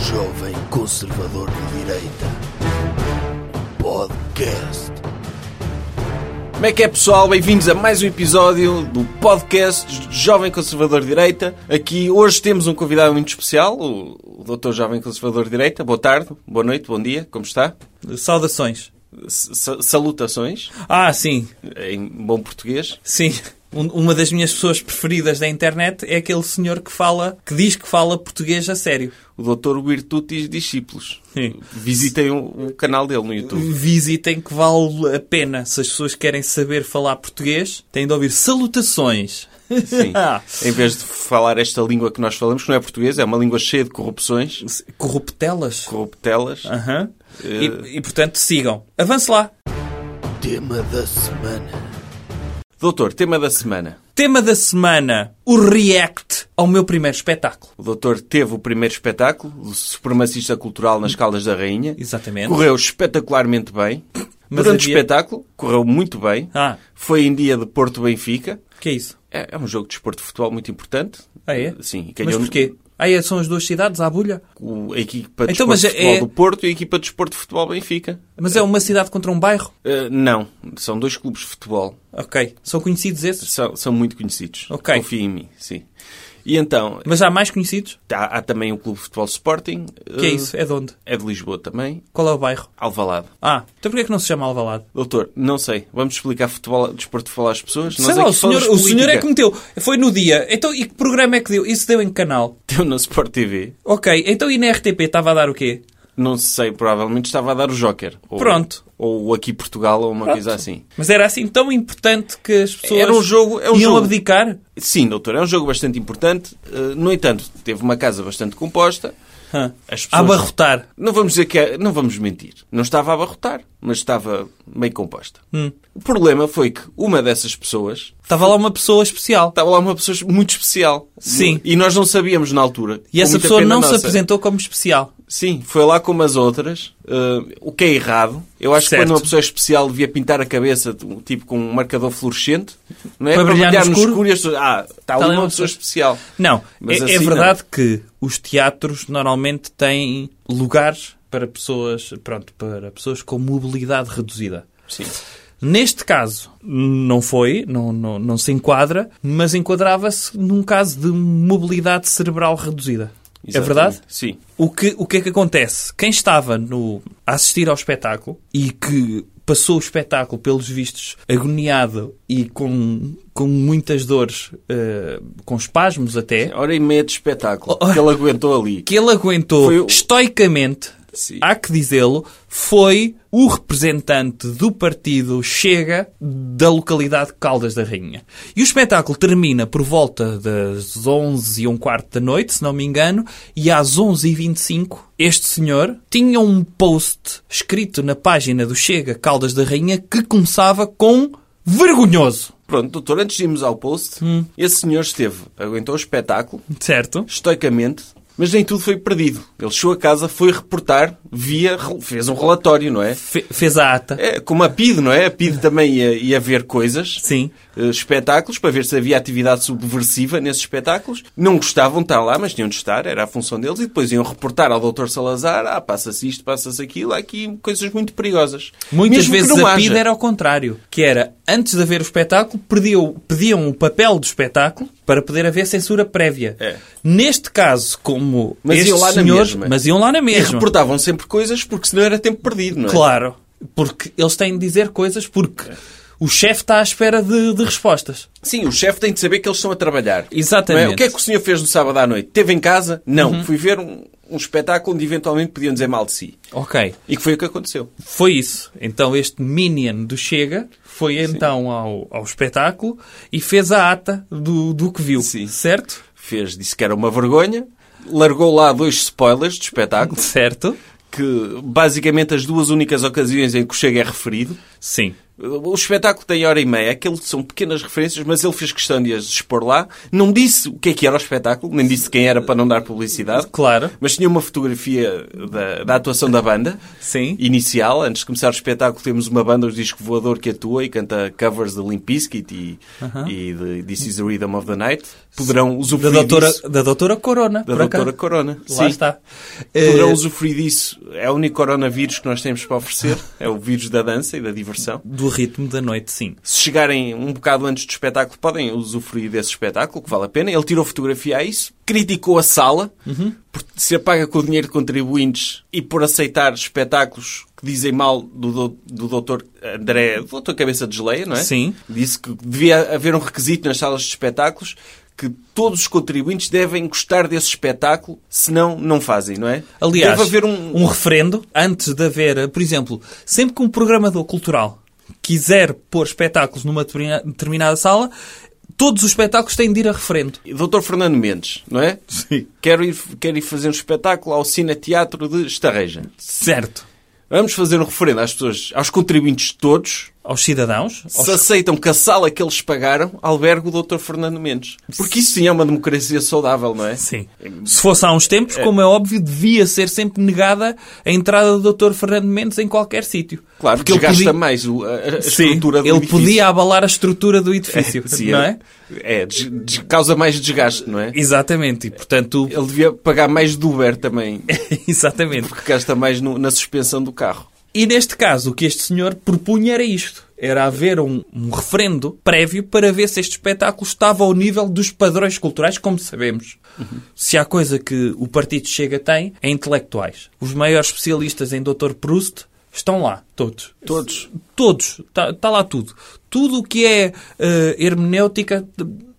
Jovem Conservador de Direita Podcast. Como é que é pessoal? Bem-vindos a mais um episódio do podcast Jovem Conservador de Direita. Aqui hoje temos um convidado muito especial, o, o Dr. Jovem Conservador de Direita. Boa tarde, boa noite, bom dia, como está? Saudações. S- sa- Salutações, Ah, sim, em bom português. sim. Um- Uma das minhas pessoas preferidas da internet é aquele senhor que fala, que diz que fala português a sério. O Dr. Virtutis Discípulos. Sim. Visitem o, o canal dele no YouTube. Visitem que vale a pena. Se as pessoas querem saber falar português, têm de ouvir salutações. Ah, Sim. em vez de falar esta língua que nós falamos, que não é português, é uma língua cheia de corrupções, Corruptelas. corruptelas. Aham. Eh. E, e, portanto, sigam. Avance lá. Tema da semana. Doutor, tema da semana. Tema da semana: o react ao meu primeiro espetáculo. O doutor teve o primeiro espetáculo, o Supremacista Cultural nas Caldas da Rainha. Exatamente. Correu espetacularmente bem. Mas Durante havia- o espetáculo, correu muito bem. Ah, Foi em dia de Porto Benfica. que é isso? É, é um jogo de desporto de futebol muito importante. Ah, é? Sim. Mas ganhou porquê? Ah, é, são as duas cidades à bulha? o- A equipa de Então, desporto mas de futebol é- do Porto e a equipa de desporto de futebol Benfica. Mas é uma cidade contra um bairro? Eh, não, são dois clubes de futebol. Ok. São conhecidos esses? São, são muito conhecidos. Ok. Confia em mim, sim. E então, Mas há mais conhecidos? há, há também o Clube de Futebol Sporting. Que é eh, isso? É de onde? É de Lisboa também. Qual é o bairro? Alvalade. Ah, então porquê é que não se chama Alvalade? Doutor, não sei. Vamos explicar futebol, desporto de futebol às pessoas? Sei lá, o aqui senhor, falamos o senhor é que política. meteu. Foi no dia. Então, e que programa é que deu? Isso deu em que canal? Teu um na Sport TV. Ok, então e na RTP estava a dar o quê? Não sei, provavelmente estava a dar o Joker. Ou, Pronto. Ou o Aqui Portugal, ou uma Pronto. coisa assim. Mas era assim tão importante que as pessoas Era um jogo- é um iam jogo. abdicar? Sim, doutor, é um jogo bastante importante. Eh, no entanto, teve uma casa bastante composta. Hã. As pessoas... A abarrotar. Não vamos dizer que é... Não vamos mentir. Não estava a abarrotar, mas estava meio composta. Hum. O problema foi que uma dessas pessoas... Estava lá uma pessoa especial. Estava lá uma pessoa muito especial. Sim. E nós não sabíamos na altura. E Com essa muita pessoa pena não se nossa. apresentou como especial. Sim, foi lá como as outras. eh, o que é errado. Eu acho que Certo. quando uma pessoa é especial devia pintar a cabeça de um tipo com um marcador fluorescente, não é? Para brilhar no escuro? e as pessoas. Ah, está ali uma pessoa especial. Não, Mas é, assim é não. verdade que os teatros normalmente têm lugares para pessoas, pronto, para pessoas com mobilidade reduzida. Sim. Neste caso, não foi, não, não, não se enquadra, mas enquadrava-se num caso de mobilidade cerebral reduzida. É Exatamente. verdade? Sim. O que, o que é que acontece? Quem estava no, a assistir ao espetáculo e que passou o espetáculo, pelos vistos, agoniado e com, com muitas dores, eh, com espasmos até, É Hora e meia de espetáculo. Que ele aguentou ali. que ele aguentou Foi o- estoicamente, Sim. há que dizê-lo, foi o representante do partido Chega da localidade de Caldas da Rainha. E o espetáculo termina por volta das 11 e um quarto da noite, se não me engano, e às 11 e 25 este senhor tinha um post escrito na página do Chega Caldas da Rainha que começava com vergonhoso. Pronto, doutor, antes de irmos ao post, esse senhor esteve, aguentou o espetáculo, Certo? estoicamente, mas nem tudo foi perdido. Ele chegou a casa, foi reportar, via, fez um relatório, não é? Fe- fez a ata. É, como a PID, não é? A PID também ia, ia ver coisas. Sim. eh, espetáculos para ver se havia atividade subversiva nesses espetáculos. Não gostavam de estar lá, mas tinham de estar, era a função deles, e depois iam reportar ao Dr. Salazar: ah, passa-se isto, passa-se aquilo, há aqui coisas muito perigosas. Muitas Mesmo que vezes não a haja. PIDE era ao contrário, que era, antes de haver o espetáculo, pediam, pediam o papel do espetáculo para poder haver censura prévia. É. Neste caso, como Mas este iam lá na senhor, mesma. mas iam lá na E mesma. reportavam sempre coisas porque senão era tempo perdido, não é? Claro, porque eles têm de dizer coisas porque o chefe está à espera de, de respostas. Sim, o chefe tem de saber que eles estão a trabalhar. Exatamente. Uhum. Não é? O que é que o senhor fez no sábado à noite? Teve em casa? Não. Fui ver um, um espetáculo onde eventualmente podiam dizer mal de si. Ok, E que foi o que aconteceu. foi isso. Então este Minion do Chega foi então ao, ao espetáculo e fez a ata do, do que viu, Sim. certo? Fez, disse que era uma vergonha, largou lá dois spoilers de espetáculo. Certo. que basicamente as duas únicas ocasiões em que o Chega é referido Sim. O espetáculo tem hora e meia, aquele são pequenas referências, mas ele fez questão de as expor lá. Não disse o que é que era o espetáculo, nem disse quem era para não dar publicidade. Claro. Mas tinha uma fotografia da, da atuação da banda. Sim. Inicial, antes de começar o espetáculo, temos uma banda, o disco voador, que atua e canta covers de Limp Bizkit e, e de This is the Rhythm of the Night. Poderão Da usufruir doutora, disso. da doutora Corona. Da por acaso. doutora Corona. Lá Sim. É- está. Poderão Eh, usufruir disso. É o único coronavírus que nós temos para oferecer. É o vírus da dança e da diversão. do ritmo da noite, sim. Se chegarem um bocado antes do espetáculo, podem usufruir desse espetáculo, que vale a pena. Ele tirou fotografia a isso, criticou a sala Uhum. por ser paga com o dinheiro de contribuintes e por aceitar espetáculos que dizem mal do, do, do doutor André, do doutor Cabeça de Geleia, não é? Sim. Disse que devia haver um requisito nas salas de espetáculos que todos os contribuintes devem gostar desse espetáculo, senão não fazem, não é? Aliás, Deve haver um... referendo antes de haver, por exemplo, sempre que um programador cultural quiser pôr espetáculos numa determina- determinada sala, todos os espetáculos têm de ir a referendo. Doutor Fernando Mendes, não é? Sim. Quero ir, quero ir fazer um espetáculo ao Cine Teatro de Estarreja. Certo. Vamos fazer um referendo às pessoas, aos contribuintes todos, Aos cidadãos, aos se aceitam que a sala que eles pagaram albergue o Dr. Fernando Mendes. Porque isso sim é uma democracia saudável, não é? Sim. Se fosse há uns tempos, como é óbvio, devia ser sempre negada a entrada do Dr. Fernando Mendes em qualquer sítio. Claro, porque ele ele gasta podia, mais o- a, a Sim, estrutura do ele edifício. podia abalar a estrutura do edifício, Sim, não é? É, des- des- causa mais desgaste, não é? Exatamente, e portanto, Ele devia pagar mais do Uber também, exatamente. porque gasta mais no- na suspensão do carro. E neste caso, o que este senhor propunha era isto. Era haver um, um referendo prévio para ver se este espetáculo estava ao nível dos padrões culturais, como sabemos. Se há coisa que o Partido Chega tem, é intelectuais. Os maiores especialistas em Dr. Proust estão lá, todos. Todos. Todos. Está lá tudo. Tudo o que é eh, hermenêutica,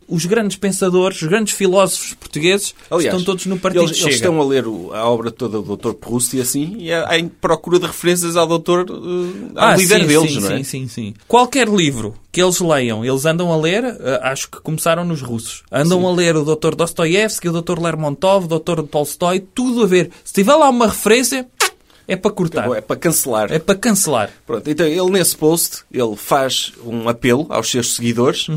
os grandes pensadores, os grandes filósofos portugueses Aliás, estão todos no Partido Oh, eles, Chega. eles estão a ler o- a obra toda do Dr. Proust e assim, e a, em procura de referências ao doutor, eh, ao líder Ah, sim, deles, sim, não é? Sim, sim, sim. Qualquer livro que eles leiam, eles andam a ler, eh, acho que começaram nos russos, andam a ler o Dr. Dostoiévski, o Dr. Lermontov, o Dr. Tolstói, tudo a ver. Se tiver lá uma referência, é para cortar, Bom, É para cancelar. é para cancelar. Pronto, então ele nesse post ele faz um apelo aos seus seguidores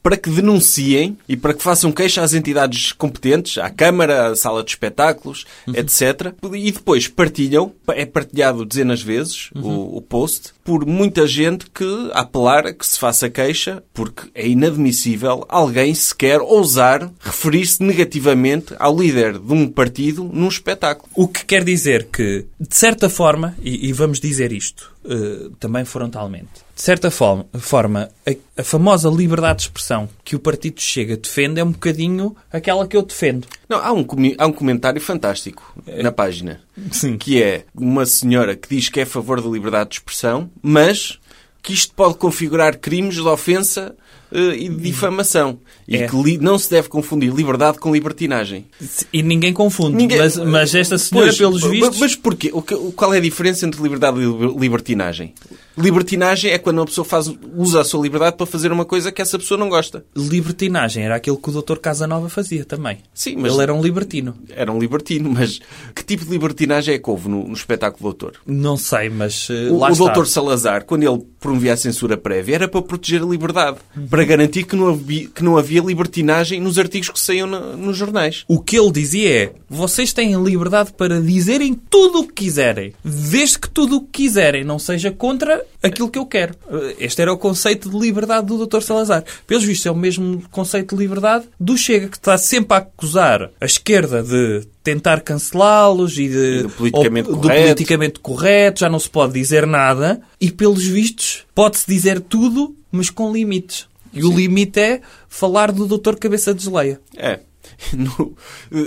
para que denunciem e para que façam queixa às entidades competentes, à Câmara, à sala de espetáculos, etc. E depois partilham, é partilhado dezenas de vezes o, o post, por muita gente que apelar a que se faça queixa, porque é inadmissível alguém sequer ousar referir-se negativamente ao líder de um partido num espetáculo. O que quer dizer que, de certa forma, e, e vamos dizer isto eh, também frontalmente, de certa forma, forma a, a famosa liberdade de expressão que o Partido Chega defende é um bocadinho aquela que eu defendo. Não, há um, comi- há um comentário fantástico na página. Sim. Que é uma senhora que diz que é a favor da liberdade de expressão, mas que isto pode configurar crimes de ofensa eh, e de difamação. E É. que li- não se deve confundir liberdade com libertinagem. E ninguém confunde, Ninguém- Mas, mas esta senhora, Pois, pelos mas- vistos, Mas porquê? O que- o- Qual é a diferença entre liberdade e liber- libertinagem? Libertinagem é quando uma pessoa faz, usa a sua liberdade para fazer uma coisa que essa pessoa não gosta. libertinagem era aquilo que o Dr. Casanova fazia também. Sim, mas- Ele era um libertino. Era um libertino, mas que tipo de libertinagem é que houve no, no espetáculo do autor? Não sei, mas eh, O, lá o está. doutor Salazar, quando ele promovia a censura prévia, era para proteger a liberdade, para garantir que não, havia, que não havia libertinagem nos artigos que saíam na- nos jornais. O que ele dizia é: vocês têm liberdade para dizerem tudo o que quiserem, desde que tudo o que quiserem não seja contra aquilo que eu quero. Eh, Este era o conceito de liberdade do Dr. Salazar. Pelos vistos, é o mesmo conceito de liberdade do Chega, que está sempre a acusar a esquerda de tentar cancelá-los e de do politicamente ou- do correto. politicamente correto, já não se pode dizer nada. E pelos vistos, pode-se dizer tudo, mas com limites. E o limite é falar do Dr. Cabeça de Geleia. É. No-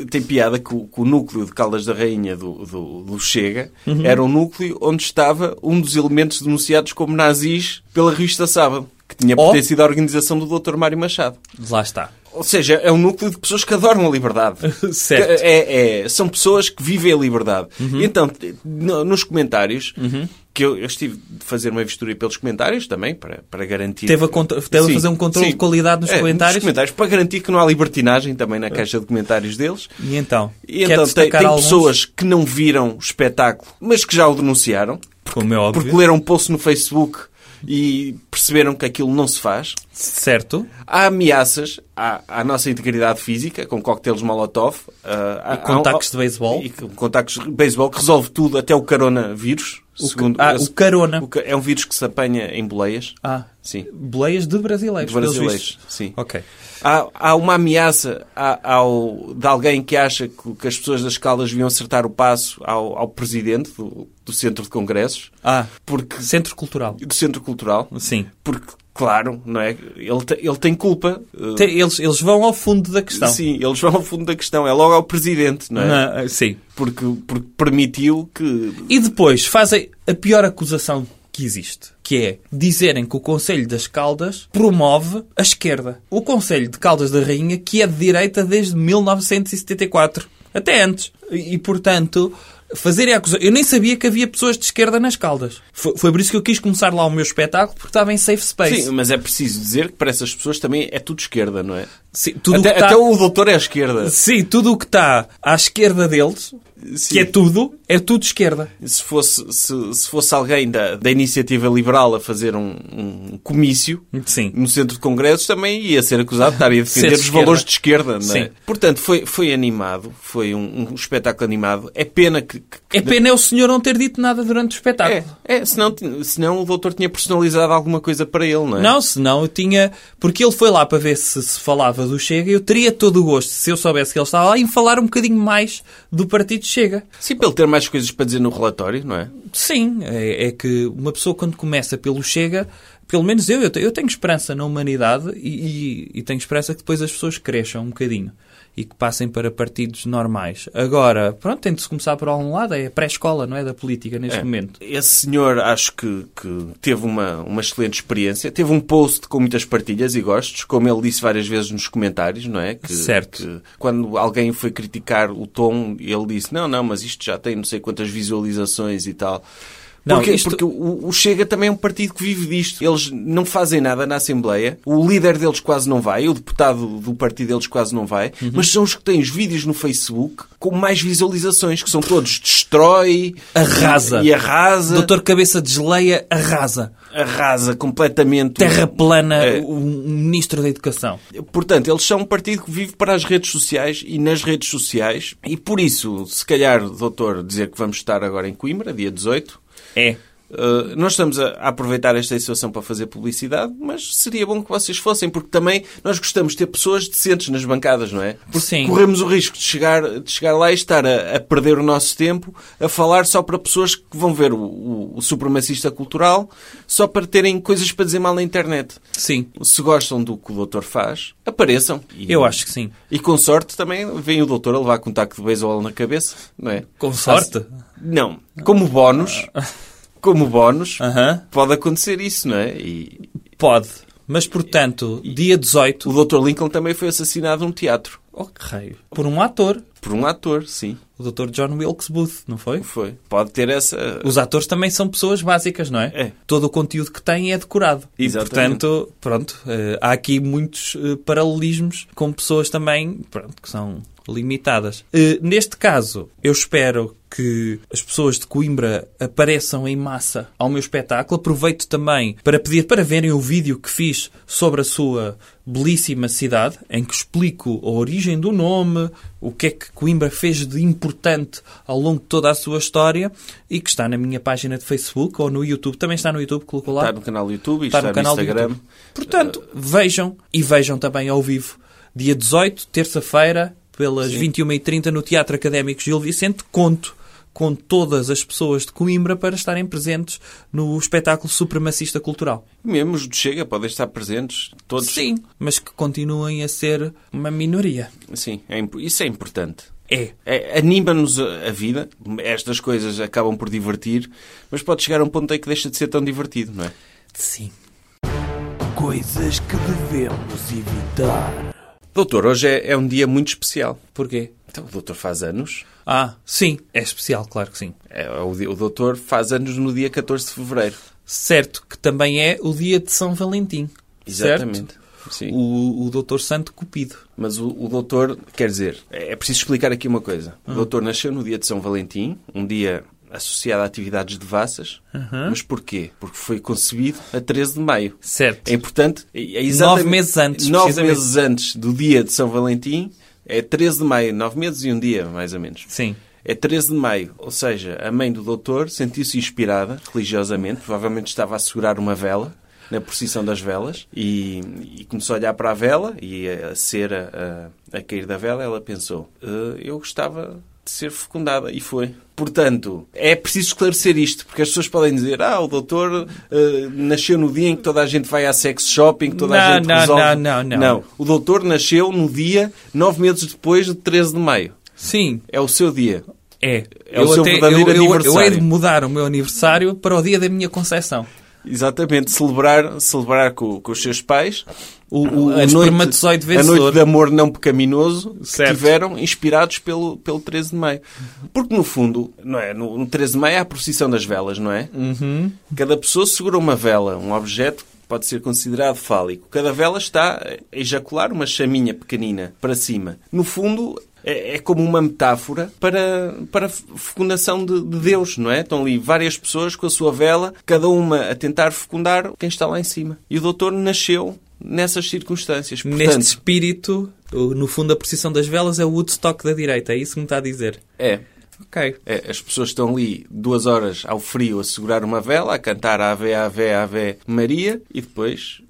tem piada que o, que o núcleo de Caldas da Rainha do, do- do Chega Uhum. era um núcleo onde estava um dos elementos denunciados como nazis pela revista Sábado, que tinha Oh. pertencido à organização do Dr. Mário Machado. Lá está. Ou seja, é um núcleo de pessoas que adoram a liberdade. Certo. Uhum. Que é- é- são pessoas que vivem a liberdade. Então, t- no- nos comentários, que eu, eu estive de fazer uma vistoria pelos comentários também, para, para garantir. Teve a contra- teve a Sim, fazer um controle sim. de qualidade nos É, comentários? para garantir que não há libertinagem também na caixa de comentários deles. E então? E Quer então, tem, destacar tem alguns? pessoas que não viram o espetáculo, mas que já o denunciaram Como é óbvio. porque leram um post no Facebook e perceberam que aquilo não se faz. Certo? Há ameaças à, à nossa integridade física, com coquetéis Molotov. ah, há- contactos há- de beisebol. E com contactos de beisebol, que resolve tudo, até o coronavírus. O, segundo, ca- ah, o carona. o ca- é um vírus que se apanha em boleias. Ah, Sim. boleias de brasileiros. De pelos brasileiros, vistos. sim. Ok. Há, há uma ameaça a- ao, de alguém que acha que, que as pessoas das Caldas deviam acertar o passo ao, ao presidente do, do Centro de Congressos, Ah, porque, centro cultural. do Centro Cultural, Sim. porque, claro, não é? ele, te- ele tem culpa. eh, Te- Eles, eles vão ao fundo da questão. Sim, eles vão ao fundo da questão. É logo ao presidente, não é? Na- sim. Porque, porque permitiu que... E depois fazem a pior acusação que existe, que é dizerem que o Conselho das Caldas promove a esquerda. O Conselho de Caldas da Rainha, que é de direita desde 1974, até antes. E, e, portanto, fazerem a acusação... Eu nem sabia que havia pessoas de esquerda nas Caldas. Foi, foi por isso que eu quis começar lá o meu espetáculo, porque estava em safe space. Sim, mas é preciso dizer que para essas pessoas também é tudo esquerda, não é? Sim, tudo até, o que tá- até o doutor é à esquerda. Sim, tudo o que está à esquerda deles, Sim. que é tudo, é tudo esquerda. se fosse, se, se fosse alguém da, da iniciativa liberal a fazer um, um comício Sim. no centro de congressos, também ia ser acusado de estar a Ser defender de os esquerda. valores de esquerda. Não é? Sim. Portanto, foi, foi animado, foi um, um espetáculo animado. É pena que. que- que- É pena é o senhor não ter dito nada durante o espetáculo. é, é senão, ti- senão o doutor tinha personalizado alguma coisa para ele, não é? Não, senão eu tinha. Porque ele foi lá para ver se se falava do Chega. Eu teria todo o gosto, se eu soubesse que ele estava lá, em falar um bocadinho mais do partido Chega. Sim, para ele ter mais coisas para dizer no relatório, não é? Sim, é, é que uma pessoa quando começa pelo Chega, pelo menos eu, eu, te- eu tenho esperança na humanidade e, e- e tenho esperança que depois as pessoas cresçam um bocadinho e que passem para partidos normais. Agora, pronto, tem de se começar por algum lado, é a pré-escola, não é? Da política neste É. momento. Esse senhor acho que, que teve uma, uma excelente experiência. Teve um post com muitas partilhas e gostos, como ele disse várias vezes nos comentários, não é? Que, Certo. que quando alguém foi criticar o tom, ele disse: Não, não, mas isto já tem não sei quantas visualizações e tal. Não, Porquê? isto- Porque o, o Chega também é um partido que vive disto. Eles não fazem nada na Assembleia, o líder deles quase não vai, o deputado do partido deles quase não vai, Uhum. mas são os que têm os vídeos no Facebook com mais visualizações, que são todos destrói, Arrasa. e arrasa, Doutor Cabeça desleia, arrasa. arrasa completamente. Terra plana, É. o o ministro da Educação. Portanto, eles são um partido que vive para as redes sociais e nas redes sociais, e por isso, se calhar, doutor, dizer que vamos estar agora em Coimbra, dia 18. É. Uh, nós estamos a a aproveitar esta situação para fazer publicidade, mas seria bom que vocês fossem, porque também nós gostamos de ter pessoas decentes nas bancadas, não é? Porque Sim. corremos o risco de chegar, de chegar lá e estar a, a perder o nosso tempo a falar só para pessoas que vão ver o, o- o supremacista cultural só para terem coisas para dizer mal na internet. Sim. Se gostam do que o doutor faz, apareçam. E- Eu acho que sim. E com sorte também vem o doutor a levar contacto de beisebol na cabeça, não é? Com sorte. Ah. Não, como bónus, como bónus, Aham. pode acontecer isso, não é? E Pode. Mas, portanto, dia 18... o Dr. Lincoln também foi assassinado num teatro. Oh, que raio. Por um ator. Por um ator, sim, O Dr. John Wilkes Booth, não foi? foi. Pode ter essa. Os atores também são pessoas básicas, não é? É. Todo o conteúdo que têm é decorado. Exatamente. E, portanto, pronto, eh, há aqui muitos eh, paralelismos com pessoas também, pronto, que são limitadas. Eh, neste caso, eu espero que as pessoas de Coimbra apareçam em massa ao meu espetáculo. Aproveito também para pedir para verem o vídeo que fiz sobre a sua belíssima cidade, em que explico a origem do nome, o que é que Coimbra fez de importante ao longo de toda a sua história e que está na minha página de Facebook ou no YouTube. Também está no YouTube, colocou lá. Está é no canal do YouTube, Está está, no canal do Instagram. YouTube. Portanto, vejam e vejam também ao vivo. Dia 18, terça-feira, pelas 21h30 no Teatro Académico Gil Vicente, conto com todas as pessoas de Coimbra para estarem presentes no espetáculo supremacista cultural. Mesmo os do Chega podem estar presentes, todos. Sim, mas que continuem a ser uma minoria. Sim, é imp- isso é importante. É. É, Anima-nos a a vida, estas coisas acabam por divertir, mas pode chegar a um ponto em que deixa de ser tão divertido, não é? Sim. Coisas que devemos evitar. Doutor, hoje é, é um dia muito especial. Porquê? Então, o doutor faz anos. Ah, sim. É especial, claro que sim. É, o, di- o doutor faz anos no dia 14 de fevereiro. Certo que também é o dia de São Valentim. Exatamente. Certo? Sim. O, o Doutor Santo Cupido. Mas o, o Hum. doutor, quer dizer, é é preciso explicar aqui uma coisa. O doutor nasceu no dia de São Valentim, um dia associada a atividades devassas. Uhum. Mas porquê? Porque foi concebido a 13 de maio. Certo. É importante. É é exatamente- Nove meses antes, Nove precisamente. meses antes do dia de São Valentim. É 13 de maio. Nove meses e um dia, mais ou menos. Sim. É 13 de maio, ou seja, a mãe do doutor sentiu-se inspirada religiosamente, provavelmente estava a segurar uma vela na procissão das velas e, e começou a olhar para a vela e a, a cera a, a cair da vela. Ela pensou: "Eh, Eu gostava de ser fecundada e foi. Portanto, é preciso esclarecer isto, porque as pessoas podem dizer: Ah, o doutor eh, nasceu no dia em que toda a gente vai à sex shopping, que toda a Não, gente não, resolve. não, não, não. não. O doutor nasceu no dia, nove meses depois de 13 de maio. Sim. É o seu dia. É. É o seu verdadeiro eu, eu, Eu hei aniversário. de mudar o meu aniversário para o dia da minha concessão. Exatamente, celebrar, celebrar com, com os seus pais O, o, o espermatozoide a vencedor. noite de amor não pecaminoso Certo. que tiveram inspirados pelo, pelo 13 de maio. Porque, no fundo, não é? no, no 13 de maio há a procissão das velas, não é? Uhum. Cada pessoa segura uma vela, um objeto que pode ser considerado fálico. Cada vela está a ejacular uma chaminha pequenina para cima. No fundo... É é como uma metáfora para, para a fecundação de, de Deus, não é? Estão ali várias pessoas com a sua vela, cada uma a tentar fecundar quem está lá em cima. E o doutor nasceu nessas circunstâncias. Neste Portanto, espírito, o- no fundo, a procissão das velas é o Woodstock da direita. É isso que me está a dizer. é, Ok. é, As pessoas estão ali duas horas ao frio a segurar uma vela, a cantar Ave, Ave, Ave Maria e depois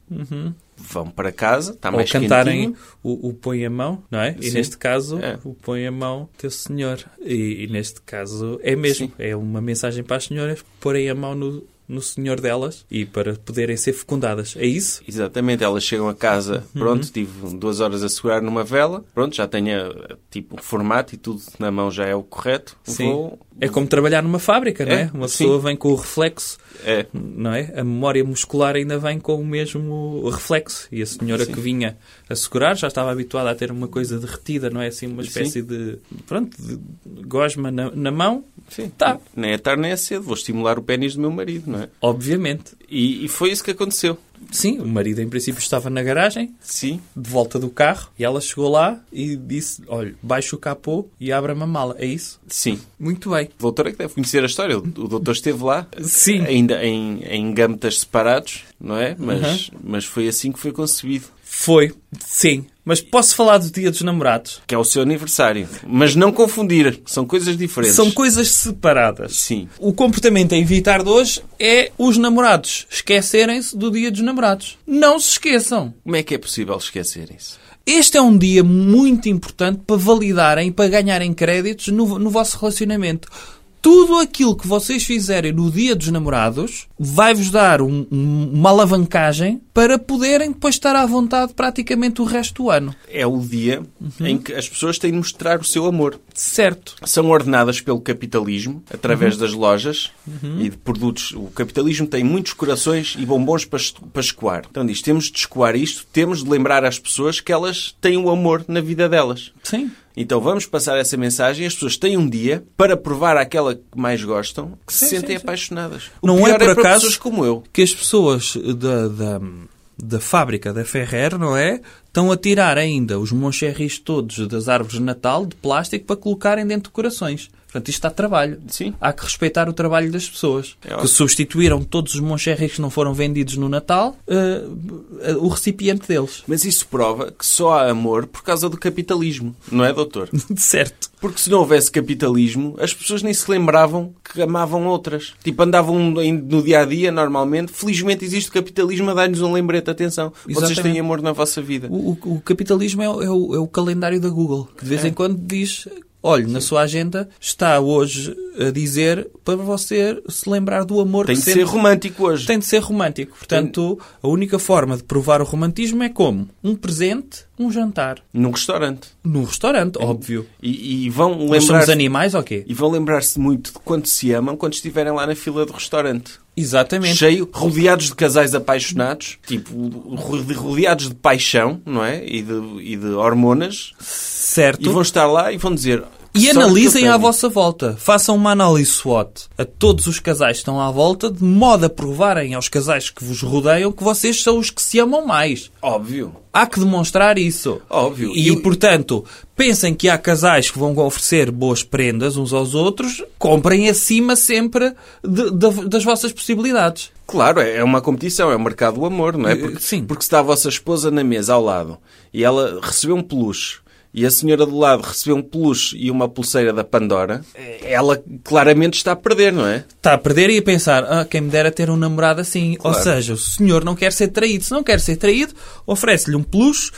vão para casa, está Uhum. Ou mais cantarem quentinho. o, o Põe a Mão, não é? E Sim. neste caso, É. o Põe a Mão, Teu Senhor. E, e neste caso é mesmo. Sim. É uma mensagem para as senhoras porem a mão no, no Senhor delas e para poderem ser fecundadas. É isso? Exatamente, elas chegam a casa, Uhum. pronto, tive duas horas a segurar numa vela, pronto, já tenho eh, tipo o formato e tudo na mão já é o correto. Vou- É como trabalhar numa fábrica, não é? É, Uma sim. pessoa vem com o reflexo, é, não é? A memória muscular ainda vem com o mesmo reflexo. E a senhora que vinha a segurar já estava habituada a ter uma coisa derretida, não é? Assim, uma espécie de, pronto, de gosma na, na mão. sim, Tá. nem é tarde nem é cedo, vou estimular o pênis do meu marido, não é? Obviamente. E- e foi isso que aconteceu. Sim, o marido em princípio estava na garagem, Sim, de volta do carro, e ela chegou lá e disse, olha, baixa o capô e abra uma mala. É isso? sim. Muito bem. O doutor é que deve conhecer a história. O o doutor esteve lá, Sim. ainda em, em gâmetas separados, não é? Mas, mas foi assim que foi concebido. Foi. Sim. Mas posso falar do dia dos namorados? Que é o seu aniversário. Mas não confundir, são coisas diferentes. São coisas separadas. Sim. O comportamento a evitar de hoje é os namorados esquecerem-se do dia dos namorados. Não se esqueçam. Como é que é possível esquecerem-se? Este é um dia muito importante para validarem e para ganharem créditos no, no vosso relacionamento. Tudo aquilo que vocês fizerem no dia dos namorados vai-vos dar um- um- uma alavancagem para poderem depois estar à vontade praticamente o resto do ano. É o dia Uhum. em que as pessoas têm de mostrar o seu amor. Certo. são ordenadas pelo capitalismo Uhum. através das lojas e de produtos. O capitalismo tem muitos corações e bombons para, es- para escoar. Então diz: temos de escoar isto, temos de lembrar às pessoas que elas têm o amor na vida delas. Sim. Então vamos passar essa mensagem. As pessoas têm um dia para provar àquela que mais gostam que Sim, se sentem sim, sim. apaixonadas. O Não é pior por para acaso- pessoas como eu. que as pessoas da, da, da fábrica da Ferrer, não é? Estão a tirar ainda os moncherris todos das árvores de Natal de plástico para colocarem dentro de corações. Portanto, isto dá trabalho. Sim. Há que respeitar o trabalho das pessoas. É que óbvio. substituíram todos os moncherris que não foram vendidos no Natal, eh, eh, o recipiente deles. Mas isso prova que só há amor por causa do capitalismo, não é, doutor? certo. Porque se não houvesse capitalismo, as pessoas nem se lembravam que amavam outras. Tipo, andavam em- no dia a dia, normalmente. Felizmente existe o capitalismo a dar-nos um lembrete. Atenção, vocês Exatamente. têm amor na vossa vida. O, o- o capitalismo é, o- é o, é o calendário da Google, que de É. vez em quando diz: olha, na sua agenda está hoje a dizer para você se lembrar do amor Tem que de ser sente." romântico hoje. Tem de ser romântico. Portanto, a única forma de provar o romantismo é como? Um presente, um jantar. Num restaurante. Num restaurante, É. óbvio. E, e vão Nós somos lembrar animais ou quê? E vão lembrar-se muito de quanto se amam quando estiverem lá na fila do restaurante. Exatamente. Cheio, rodeados de casais apaixonados, tipo, rode- rodeados de paixão, não é? E de, e de hormonas. Certo. E vão estar lá e vão dizer: E Sorte que analisem eu à tenho. vossa volta. Façam uma análise SWOT a todos os casais que estão à volta, de modo a provarem aos casais que vos rodeiam que vocês são os que se amam mais. Óbvio. Há que demonstrar isso. Óbvio. E, E- portanto, pensem que há casais que vão oferecer boas prendas uns aos outros, comprem acima sempre de- de- das vossas possibilidades. Claro, é é uma competição, é o mercado do amor, não é? Porque, Sim. porque se está a vossa esposa na mesa ao lado e ela recebeu um peluche e a senhora do lado recebeu um peluche e uma pulseira da Pandora, eh, ela claramente está a perder, não é? Está a perder e a pensar, ah, quem me dera ter um namorado assim. Ou seja, o senhor não quer ser traído. Se não quer ser traído, oferece-lhe um peluche,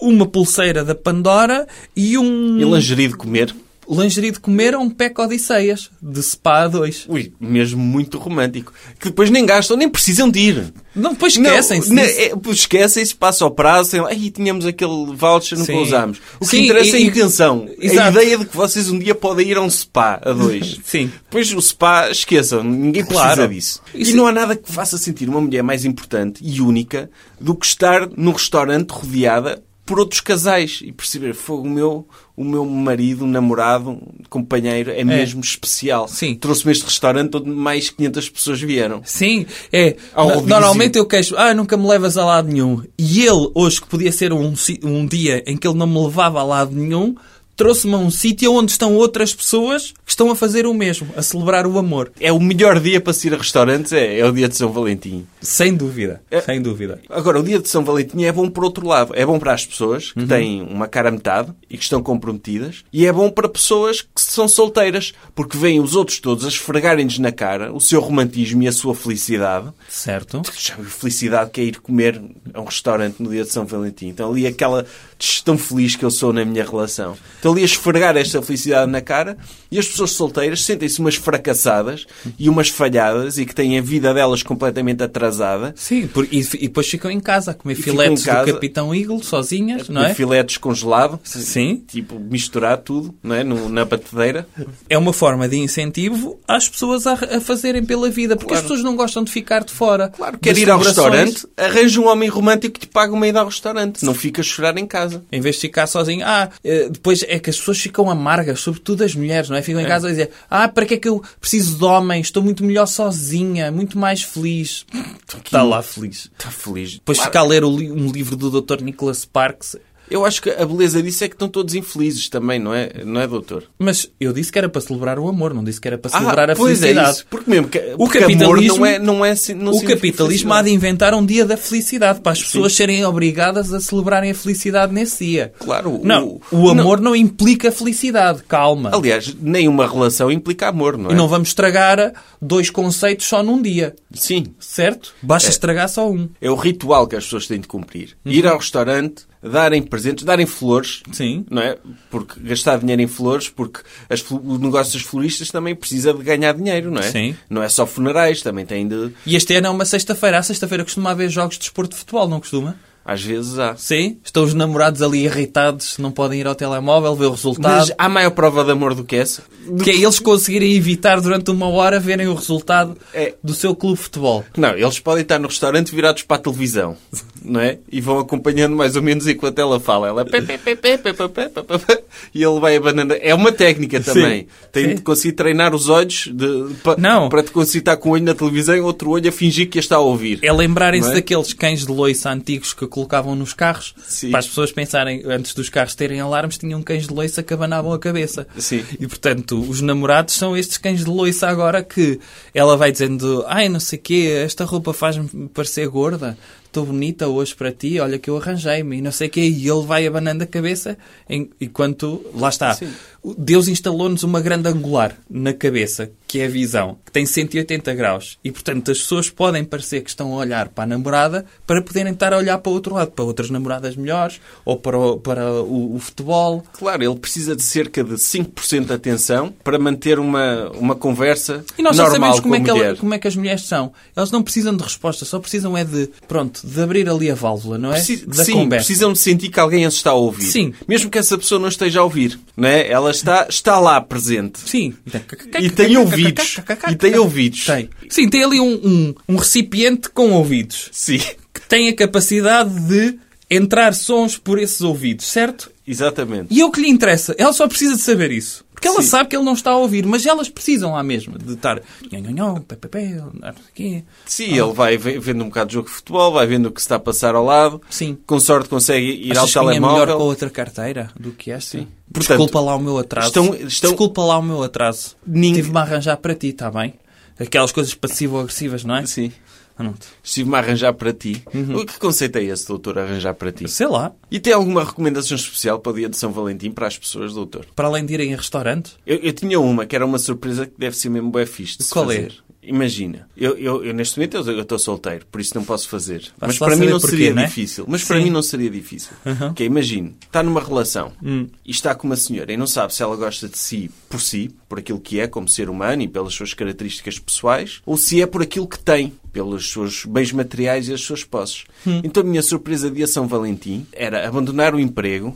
uma pulseira da Pandora e um E lingerie de comer. lingerie de comer ou um pack Odisseias, de Spa a 2. Ui, mesmo muito romântico. Que depois nem gastam, nem precisam de ir. Não, depois esquecem-se Não, disso. né, é, pô, Esquecem-se, passa ao prazo, sei lá, aí tínhamos aquele voucher, nunca Sim. usámos. O que Sim, interessa é a e- e- intenção. A Exato. ideia de que vocês um dia podem ir a um spa, a dois. Sim. Depois o spa, esqueçam, ninguém precisa Claro. disso. Isso- E não há nada que faça sentir uma mulher mais importante e única do que estar num restaurante rodeada por outros casais e perceber, fogo, o meu, o meu marido, namorado, companheiro, é, mesmo especial. Sim. Trouxe-me este restaurante onde mais 500 pessoas vieram. Sim, é. Ao No- rodízio. Normalmente eu queixo, ah, nunca me levas a lado nenhum. E ele, hoje, que podia ser um, si- um dia em que ele não me levava a lado nenhum, trouxe-me a um sítio onde estão outras pessoas que estão a fazer o mesmo, a celebrar o amor. É o melhor dia para se ir a restaurantes, é, é o dia de São Valentim. Sem dúvida, É. sem dúvida. Agora, o dia de São Valentim é bom por outro lado. É bom para as pessoas que têm uma cara a metade e que estão comprometidas. E é bom para pessoas que são solteiras, porque veem os outros todos a esfregarem-lhes na cara o seu romantismo e a sua felicidade. Certo? Já viu Felicidade que é ir comer a um restaurante no dia de São Valentim. Então ali aquela "Tch, tão feliz que eu sou na minha relação. Então ali a esfregar esta felicidade na cara e as pessoas solteiras sentem-se umas fracassadas e umas falhadas e que têm a vida delas completamente atrasada. Sim, por- e, fi- e depois ficam em casa a comer ficam filetes em casa. do Capitão Eagle sozinhas, não Comer é? filé descongelado. Sim. Tipo, misturar tudo, não é? No- na batedeira. É uma forma de incentivo às pessoas a, a fazerem pela vida, porque as pessoas não gostam de ficar de fora. Claro, Quer ir ao restaurante, arranja um homem romântico que te paga uma ida ao restaurante. Não fica a chorar em casa. Em vez de ficar sozinho, ah, eh, depois é que as pessoas ficam amargas, sobretudo as mulheres, não é? Ficam em casa a dizer, ah, para que é que eu preciso de homens? Estou muito melhor sozinha, muito mais feliz. Está Tá lá feliz. Está Tá feliz. Depois fica a ler o li- um livro do Dr. Nicholas Sparks. Eu acho que a beleza disso é que estão todos infelizes também, não é, não é doutor? Ah, Mas eu disse que era para celebrar o amor, não disse que era para celebrar a felicidade. é Porque mesmo que, O porque capitalismo- amor não é, não é, si- não O significa capitalismo há de inventar um dia da felicidade para as pessoas serem obrigadas a celebrarem a felicidade nesse dia. Claro, o- Não, o amor não, implica felicidade. Calma. Aliás, nenhuma relação implica amor, não é? E não vamos estragar dois conceitos só num dia, Sim. certo? Basta estragar só um. É o ritual que as pessoas têm de cumprir. Uhum. Ir ao restaurante, darem presentes, darem flores. Sim. Não é? Porque gastar dinheiro em flores, porque as flo- o negócio dos floristas também precisa de ganhar dinheiro, não é? Sim. Não é só funerais, também tem de. E este ano é uma sexta-feira. À sexta-feira costuma haver jogos de desporto de futebol, não costuma? Às vezes há. Sim. Estão os namorados ali irritados, não podem ir ao telemóvel, ver o resultado. Mas há maior prova de amor do que essa? Que é eles conseguirem evitar durante uma hora verem o resultado É. do seu clube de futebol. Não, eles podem estar no restaurante virados para a televisão, não é? E vão acompanhando mais ou menos enquanto ela fala. Ela é pé, pé, pé, pé, pé, pé, pé, pé, pé, pé, e ele vai abanando. É uma técnica também. Tem Sim. de conseguir treinar os olhos de, pa- Não. para te conseguir estar com um olho na televisão e outro olho a fingir que a está a ouvir. É lembrarem-se Não é? daqueles cães de loiça antigos que colocavam nos carros. Sim. Para as pessoas pensarem, antes dos carros terem alarmes, tinham cães de loiça que abanavam a cabeça. Sim. E, portanto, os namorados são estes cães de loiça agora que ela vai dizendo ai, não sei quê, esta roupa faz-me parecer gorda. Estou bonita hoje para ti, olha que eu arranjei-me e não sei quê. E ele vai abanando a cabeça em- enquanto... Lá está. O- Deus instalou-nos uma grande angular na cabeça, que é a visão, que tem 180 graus. E, portanto, as pessoas podem parecer que estão a olhar para a namorada para poderem estar a olhar para o outro lado, para outras namoradas melhores ou para o, para o- o futebol. Claro, ele precisa de cerca de 5% de atenção para manter uma, uma conversa E nós já normal sabemos com como é, a que mulher. ela- como é que as mulheres são. Elas não precisam de resposta, só precisam é de, pronto, de abrir ali a válvula, não é? Preci- da sim, conversa. precisam de sentir que alguém as está a ouvir. Sim. Mesmo que essa pessoa não esteja a ouvir, não é? Ela está, está lá presente. Sim. Então, E tem ouvidos. E tem ouvidos. Tem. Sim, tem ali um, um, um recipiente com ouvidos Sim, que tem a capacidade de entrar sons por esses ouvidos, certo? exatamente. E é o que lhe interessa. Ela só precisa de saber isso. Porque ela Sim. sabe que ele não está a ouvir, mas elas precisam lá mesmo de estar. nhon, nhon, nhon, pé, pé, pé, andar aqui. Sim, ele vai ve- vendo um bocado de jogo de futebol, vai vendo o que se está a passar ao lado. Sim. Com sorte consegue ir Achas ao que vinha melhor com telemóvel. outra carteira do que esta? Sim. Desculpa lá o meu atraso. estão- estão- Desculpa lá o meu atraso. Ninguém- Tive-me a arranjar para ti, está bem? Aquelas coisas passivo-agressivas, não é? Sim. Ah, não te- Estive-me a arranjar para ti. Uhum. O que conceito é esse, doutor, arranjar para ti? Sei lá. E tem alguma recomendação especial para o dia de São Valentim para as pessoas, doutor? Para além de irem a restaurante, Eu, eu tinha uma que era uma surpresa que deve ser mesmo bué fixe de se Qual é? fazer. Imagina, eu, eu, eu neste momento eu eu estou solteiro, por isso não posso fazer. mas lá para mim saber não porquê, seria né? difícil. Mas para Sim. mim não seria difícil. Ok, imagina, está numa relação Hum. e está com uma senhora e não sabe se ela gosta de si por si, por aquilo que é como ser humano e pelas suas características pessoais, ou se é por aquilo que tem, pelos seus bens materiais e as suas posses. Hum. Então a minha surpresa de dia São Valentim era abandonar o emprego,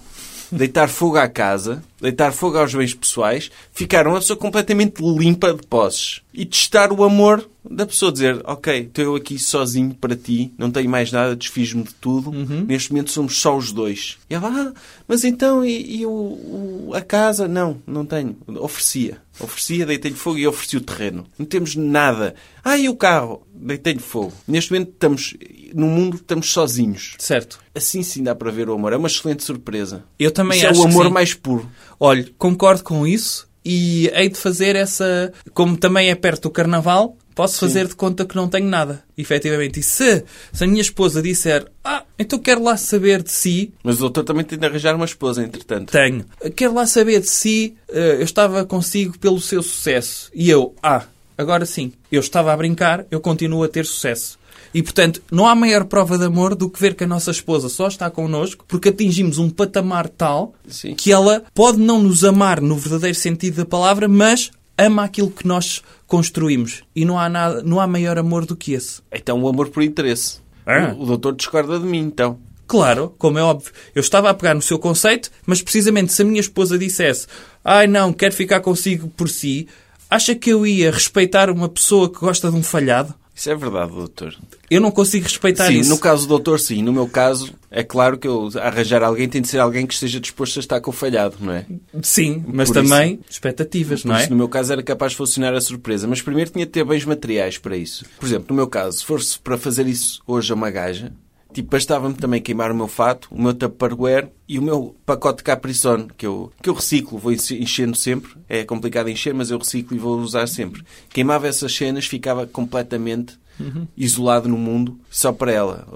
deitar fogo à casa, deitar fogo aos bens pessoais, ficar uma pessoa completamente limpa de posses e testar o amor da pessoa, dizer, ok, estou eu aqui sozinho para ti, não tenho mais nada, desfiz-me de tudo, neste momento somos só os dois. E ela, ah, mas então e, e o, o- a casa? Não, não tenho. Oferecia. Oferecia, deitei-lhe fogo e ofereci o terreno. Não temos nada. Ah, e o carro? Deitei-lhe fogo. Neste momento estamos, no mundo estamos sozinhos. certo? Assim sim dá para ver o amor. É uma excelente surpresa. Eu também Isso acho é o que amor sim. mais puro. Olha, concordo com isso e hei de fazer essa. Como também é perto do carnaval, posso fazer de conta que não tenho nada, efetivamente. E se, se a minha esposa disser, ah, então quero lá saber de si, Mas o doutor também tem de arranjar uma esposa, entretanto. tenho. Quero lá saber de si, eh, eu estava consigo pelo seu sucesso. E eu, ah, agora sim, eu estava a brincar, eu continuo a ter sucesso. E, portanto, não há maior prova de amor do que ver que a nossa esposa só está connosco porque atingimos um patamar tal Sim. que ela pode não nos amar no verdadeiro sentido da palavra, mas ama aquilo que nós construímos. E não há, nada, não há maior amor do que esse. Então o amor por interesse. Ah. O, o doutor discorda de mim, então. Claro, como é óbvio. Eu estava a pegar no seu conceito, mas precisamente se a minha esposa dissesse ai não, quero ficar consigo por si, acha que eu ia respeitar uma pessoa que gosta de um falhado? Isso é verdade, doutor. Eu não consigo respeitar sim, isso. no caso do doutor, sim. No meu caso, é claro que eu arranjar alguém tem de ser alguém que esteja disposto a estar com o falhado, não é? Sim, mas Por isso- também expectativas, não Por é? isso, no meu caso, era capaz de funcionar a surpresa. Mas primeiro tinha de ter bens materiais para isso. Por exemplo, no meu caso, se fosse para fazer isso hoje a uma gaja, tipo, bastava-me também queimar o meu fato, o meu tupperware e o meu pacote de Capri-Sun, que eu, que eu reciclo, vou enche- enchendo sempre. É complicado encher, mas eu reciclo e vou usar sempre. Queimava essas cenas, ficava completamente... Isolado no mundo, só para ela.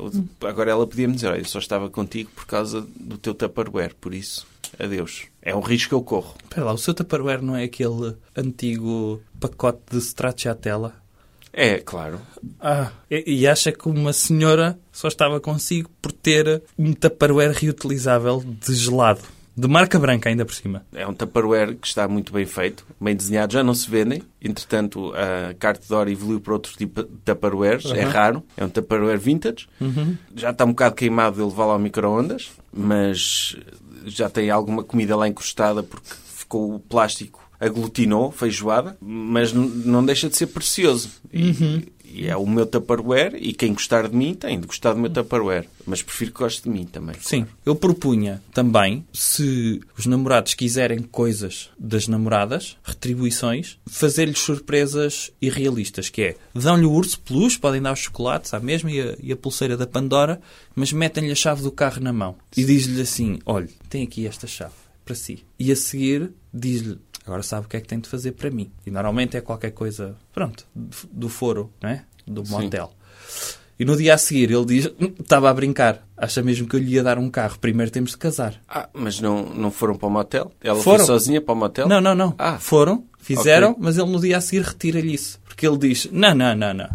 Agora ela podia-me dizer: Olha, eu só estava contigo por causa do teu Tupperware, por isso, adeus. É um risco que eu corro. Espera lá, o seu Tupperware não é aquele antigo pacote de stracciatella? É, claro. Ah, e, e acha que uma senhora só estava consigo por ter um Tupperware reutilizável de gelado. De marca branca, ainda por cima. É um Tupperware que está muito bem feito, bem desenhado, já não se vendem. Entretanto, a Carte de Ouro evoluiu para outro tipo de Tupperwares, é raro. É um Tupperware vintage. Já está um bocado queimado de levar lá ao micro-ondas, mas já tem alguma comida lá encostada porque ficou o plástico aglutinou, feijoada, mas n- não deixa de ser precioso. E, e é o meu Tupperware e quem gostar de mim tem de gostar do meu Tupperware. Mas prefiro que goste de mim também. Sim. Eu propunha também, se os namorados quiserem coisas das namoradas, retribuições, fazer-lhes surpresas irrealistas, que é, dão-lhe o urso peluche, podem dar os chocolates, à mesma, e a, e a pulseira da Pandora, mas metem-lhe a chave do carro na mão. E diz-lhe assim, olha, tem aqui esta chave, para si. E a seguir, diz-lhe, agora sabe o que é que tem de fazer para mim. E normalmente é qualquer coisa, pronto, do- do foro, não é? Do motel. E no dia a seguir ele diz: "Hum, estava a brincar, acha mesmo que eu lhe ia dar um carro, primeiro temos de casar. Ah, mas não, não foram para o motel? Ela Foram. foi sozinha para o motel? Não, não, não. Ah. Foram, fizeram, Ok. mas ele no dia a seguir retira-lhe isso. Porque ele diz: não, não, não, não.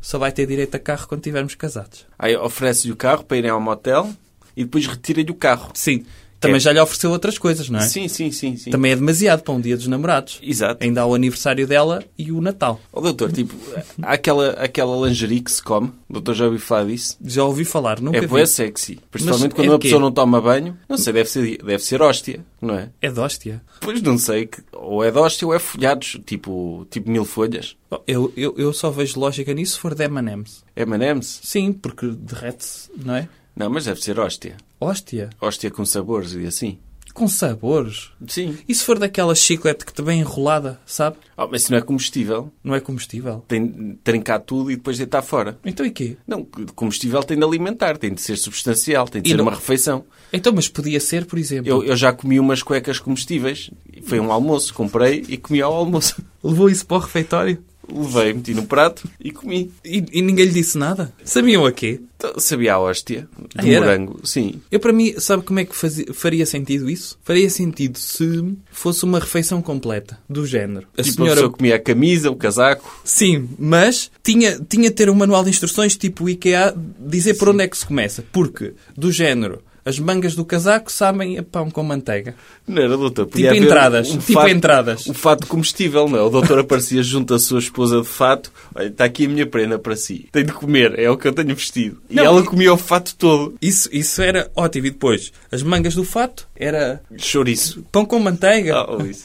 Só vai ter direito a carro quando estivermos casados. Aí oferece-lhe o carro para irem ao motel e depois retira-lhe o carro. Sim. Também É. já lhe ofereceu outras coisas, não é? Sim, sim, sim. sim. Também é demasiado para um dia dos namorados. Exato. Ainda há o aniversário dela e o Natal. Ó doutor, tipo, há aquela, aquela lingerie que se come, o doutor já ouviu falar disso, Já ouvi falar, nunca é vi. boa sexy. Principalmente Mas é quando de uma quê? pessoa não toma banho, não sei, deve ser, deve ser hóstia, não é? É de hóstia. Pois não sei, que- ou é de hóstia ou é folhados, tipo, tipo mil folhas. Bom, Eu, eu, eu só vejo lógica nisso se for de M&M's. É manemes? Sim, porque derrete-se, não é? Não, mas deve ser hóstia. Hóstia. Hóstia com sabores e assim. com sabores. Sim. E se for daquela chiclete que também é enrolada, sabe? Ah, mas isso não é comestível. Não é comestível. Tem de trincar tudo e depois deitar fora. Então e quê? Não, comestível tem de alimentar, tem de ser substancial, tem de E ser não- uma refeição. Então, mas podia ser, por exemplo. Eu, eu já comi umas cuecas comestíveis. Foi um almoço, comprei e comi ao almoço. Levou isso para o refeitório? Levei, meti no prato e comi. E, e ninguém lhe disse nada? Sabiam a quê? Então, Sabia a hóstia Ah, de era? morango. Sim. Eu, para mim, sabe como é que fazia- faria sentido isso? Faria sentido se fosse uma refeição completa, do género. A tipo, a senhora. pessoa comia a camisa, o casaco. Sim, mas tinha, tinha de ter um manual de instruções tipo IKEA, dizer por onde é que se começa. Porque, do género, as mangas do casaco sabem a pão com manteiga. Não era, doutor? Podia Tipo haver entradas, tipo entradas. Um fato comestível, não é? O doutor aparecia junto à sua esposa de fato. Olha, está aqui a minha prenda para si. Tem de comer, é o que eu tenho vestido. Não, e ela e- comia o fato todo. Isso, isso era ótimo. E depois, as mangas do fato era Chouriço. pão com manteiga. Ah, ou isso.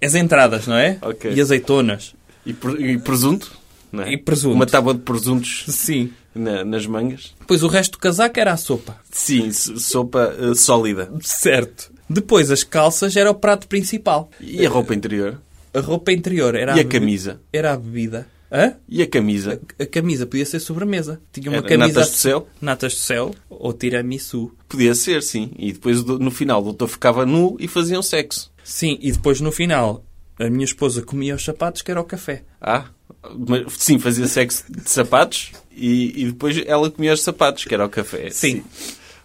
As entradas, não é? Ok. E azeitonas. E, pre- e presunto? não é? E presunto. Uma tábua de presuntos Sim. na- nas mangas. Depois o resto do casaco era a sopa. Sim, s- sopa eh, sólida. Certo. Depois as calças era o prato principal. E a roupa interior? A roupa interior era E a bebi- camisa? Era a bebida. Hã? E a camisa? A camisa podia ser sobremesa. Tinha uma Era camisa... Natas do céu? Natas do céu ou tiramisu. Podia ser, sim. E depois, do- no final, o doutor ficava nu e faziam sexo. Sim, e depois no final a minha esposa comia os sapatos que era o café. Ah, mas, sim, fazia sexo de sapatos e, e depois ela comia os sapatos, que era o café. Sim.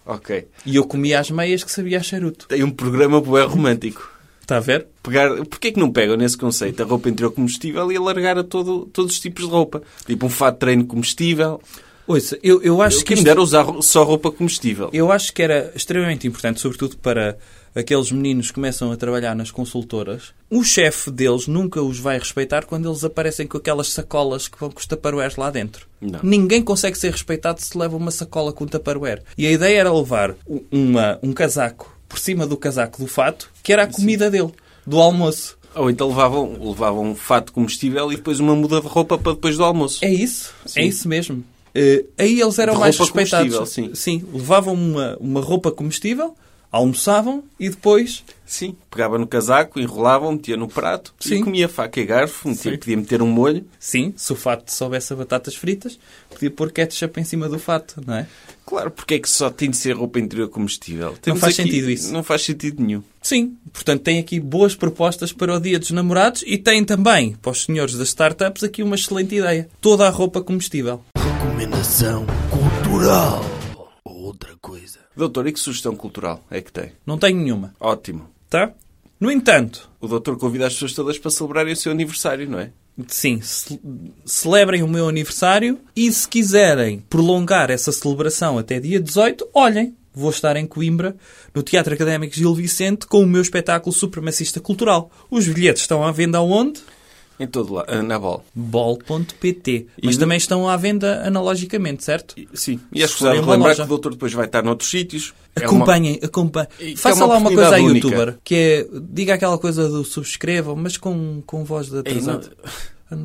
Ok. E eu comia as meias que sabia a charuto. Tem um programa bué romântico. Está a ver? Pegar, porquê que não pegam nesse conceito a roupa interior comestível e alargar a todo, todos os tipos de roupa? Tipo um fato de treino comestível. Ouça, eu, eu Acho acho que que me isto- dera usar ro- só roupa comestível. Eu acho que era extremamente importante, sobretudo para aqueles meninos que começam a trabalhar nas consultoras. O chefe deles nunca os vai respeitar quando eles aparecem com aquelas sacolas que vão com os taparués lá dentro. Não. Ninguém consegue ser respeitado se leva uma sacola com um taparuer. E a ideia era levar u- uma, um casaco por cima do casaco do fato, que era a comida dele, do almoço. Ou então levavam, levavam um fato comestível e depois uma muda de roupa para depois do almoço. É isso, Sim. é isso mesmo. Eh, aí eles eram De mais roupa respeitados. comestível, sim. levavam uma, uma roupa comestível, almoçavam e depois Sim. Pegava no casaco, enrolava, metia no prato Sim. e comia faca e garfo, metia- Sim. podia meter um molho. Sim, se o fato soubesse a batatas fritas, podia pôr ketchup em cima do fato, não é? Claro, porque é que só tem de ser roupa interior comestível? Temos faz sentido isso. Não faz sentido nenhum. Sim, portanto tem aqui boas propostas para o Dia dos Namorados e tem também, para os senhores das startups, aqui uma excelente ideia. Toda a roupa comestível. Recomendação cultural. Outra coisa. Doutor, e que sugestão cultural é que tem? Não tenho nenhuma, Ótimo. tá? No entanto, O doutor convida as pessoas todas para celebrarem o seu aniversário, não é? sim, ce- celebrem o meu aniversário e se quiserem prolongar essa celebração até dia 18, olhem, vou estar em Coimbra, no Teatro Académico Gil Vicente, com o meu espetáculo Supremacista Cultural. Os bilhetes estão à venda onde? Em todo lado. ah, Na bola. bol.pt. Mas E- também estão à venda analogicamente, certo? E- Sim. E Se é escusado forem uma lembrar loja. que o doutor depois vai estar noutros sítios. É uma- Acompanhem, acompanhem. E que Faça é uma lá uma coisa a oportunidade única. youtuber, que é, diga aquela coisa do subscrevam, mas com, com voz de Ei, não- atrasado. É,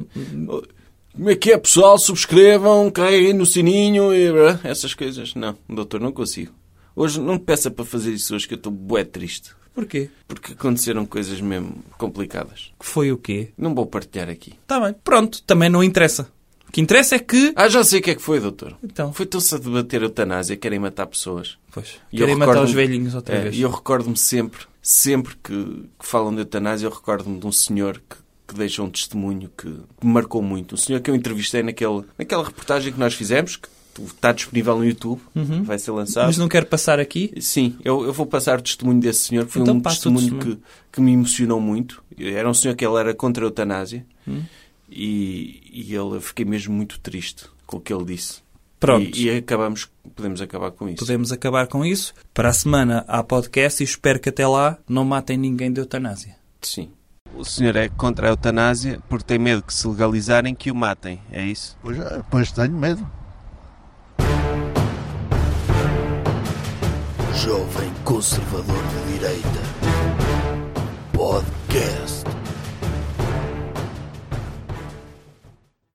Como é que é, pessoal? Subscrevam, carreguem no sininho e brá, essas coisas. Não, doutor, não consigo. Hoje não me peça para fazer isso hoje que eu estou bué triste. Porquê? Porque aconteceram coisas mesmo complicadas. Que foi o quê? Não vou partilhar aqui. Tá bem, pronto, também não interessa. O que interessa é que... Ah, já sei o que é que foi, doutor. Então. Foi tão-se a debater a eutanásia, querem matar pessoas. Pois, E eu querem matar os recordo-me- velhinhos outra É, vez. E eu recordo-me sempre, sempre que, que falam de eutanásia, eu recordo-me de um senhor que, que deixa um testemunho que me marcou muito. Um senhor que eu entrevistei naquele, naquela reportagem que nós fizemos, que tu- está disponível no YouTube, vai ser lançado. Uhum. Mas não quero passar aqui. Sim, eu, eu vou passar o testemunho desse senhor, que foi Então um passa o testemunho, testemunho. Que, que me emocionou muito. Era um senhor que ele era contra a eutanásia Hum. e, e ele, eu fiquei mesmo muito triste com o que ele disse. Pronto. E, e acabamos, podemos acabar com isso. Podemos acabar com isso. Para a semana há podcast e espero que até lá não matem ninguém de eutanásia. Sim. O senhor é contra a eutanásia porque tem medo que se legalizarem que o matem, é isso? Pois, é, pois tenho medo. Jovem Conservador de Direita. Podcast.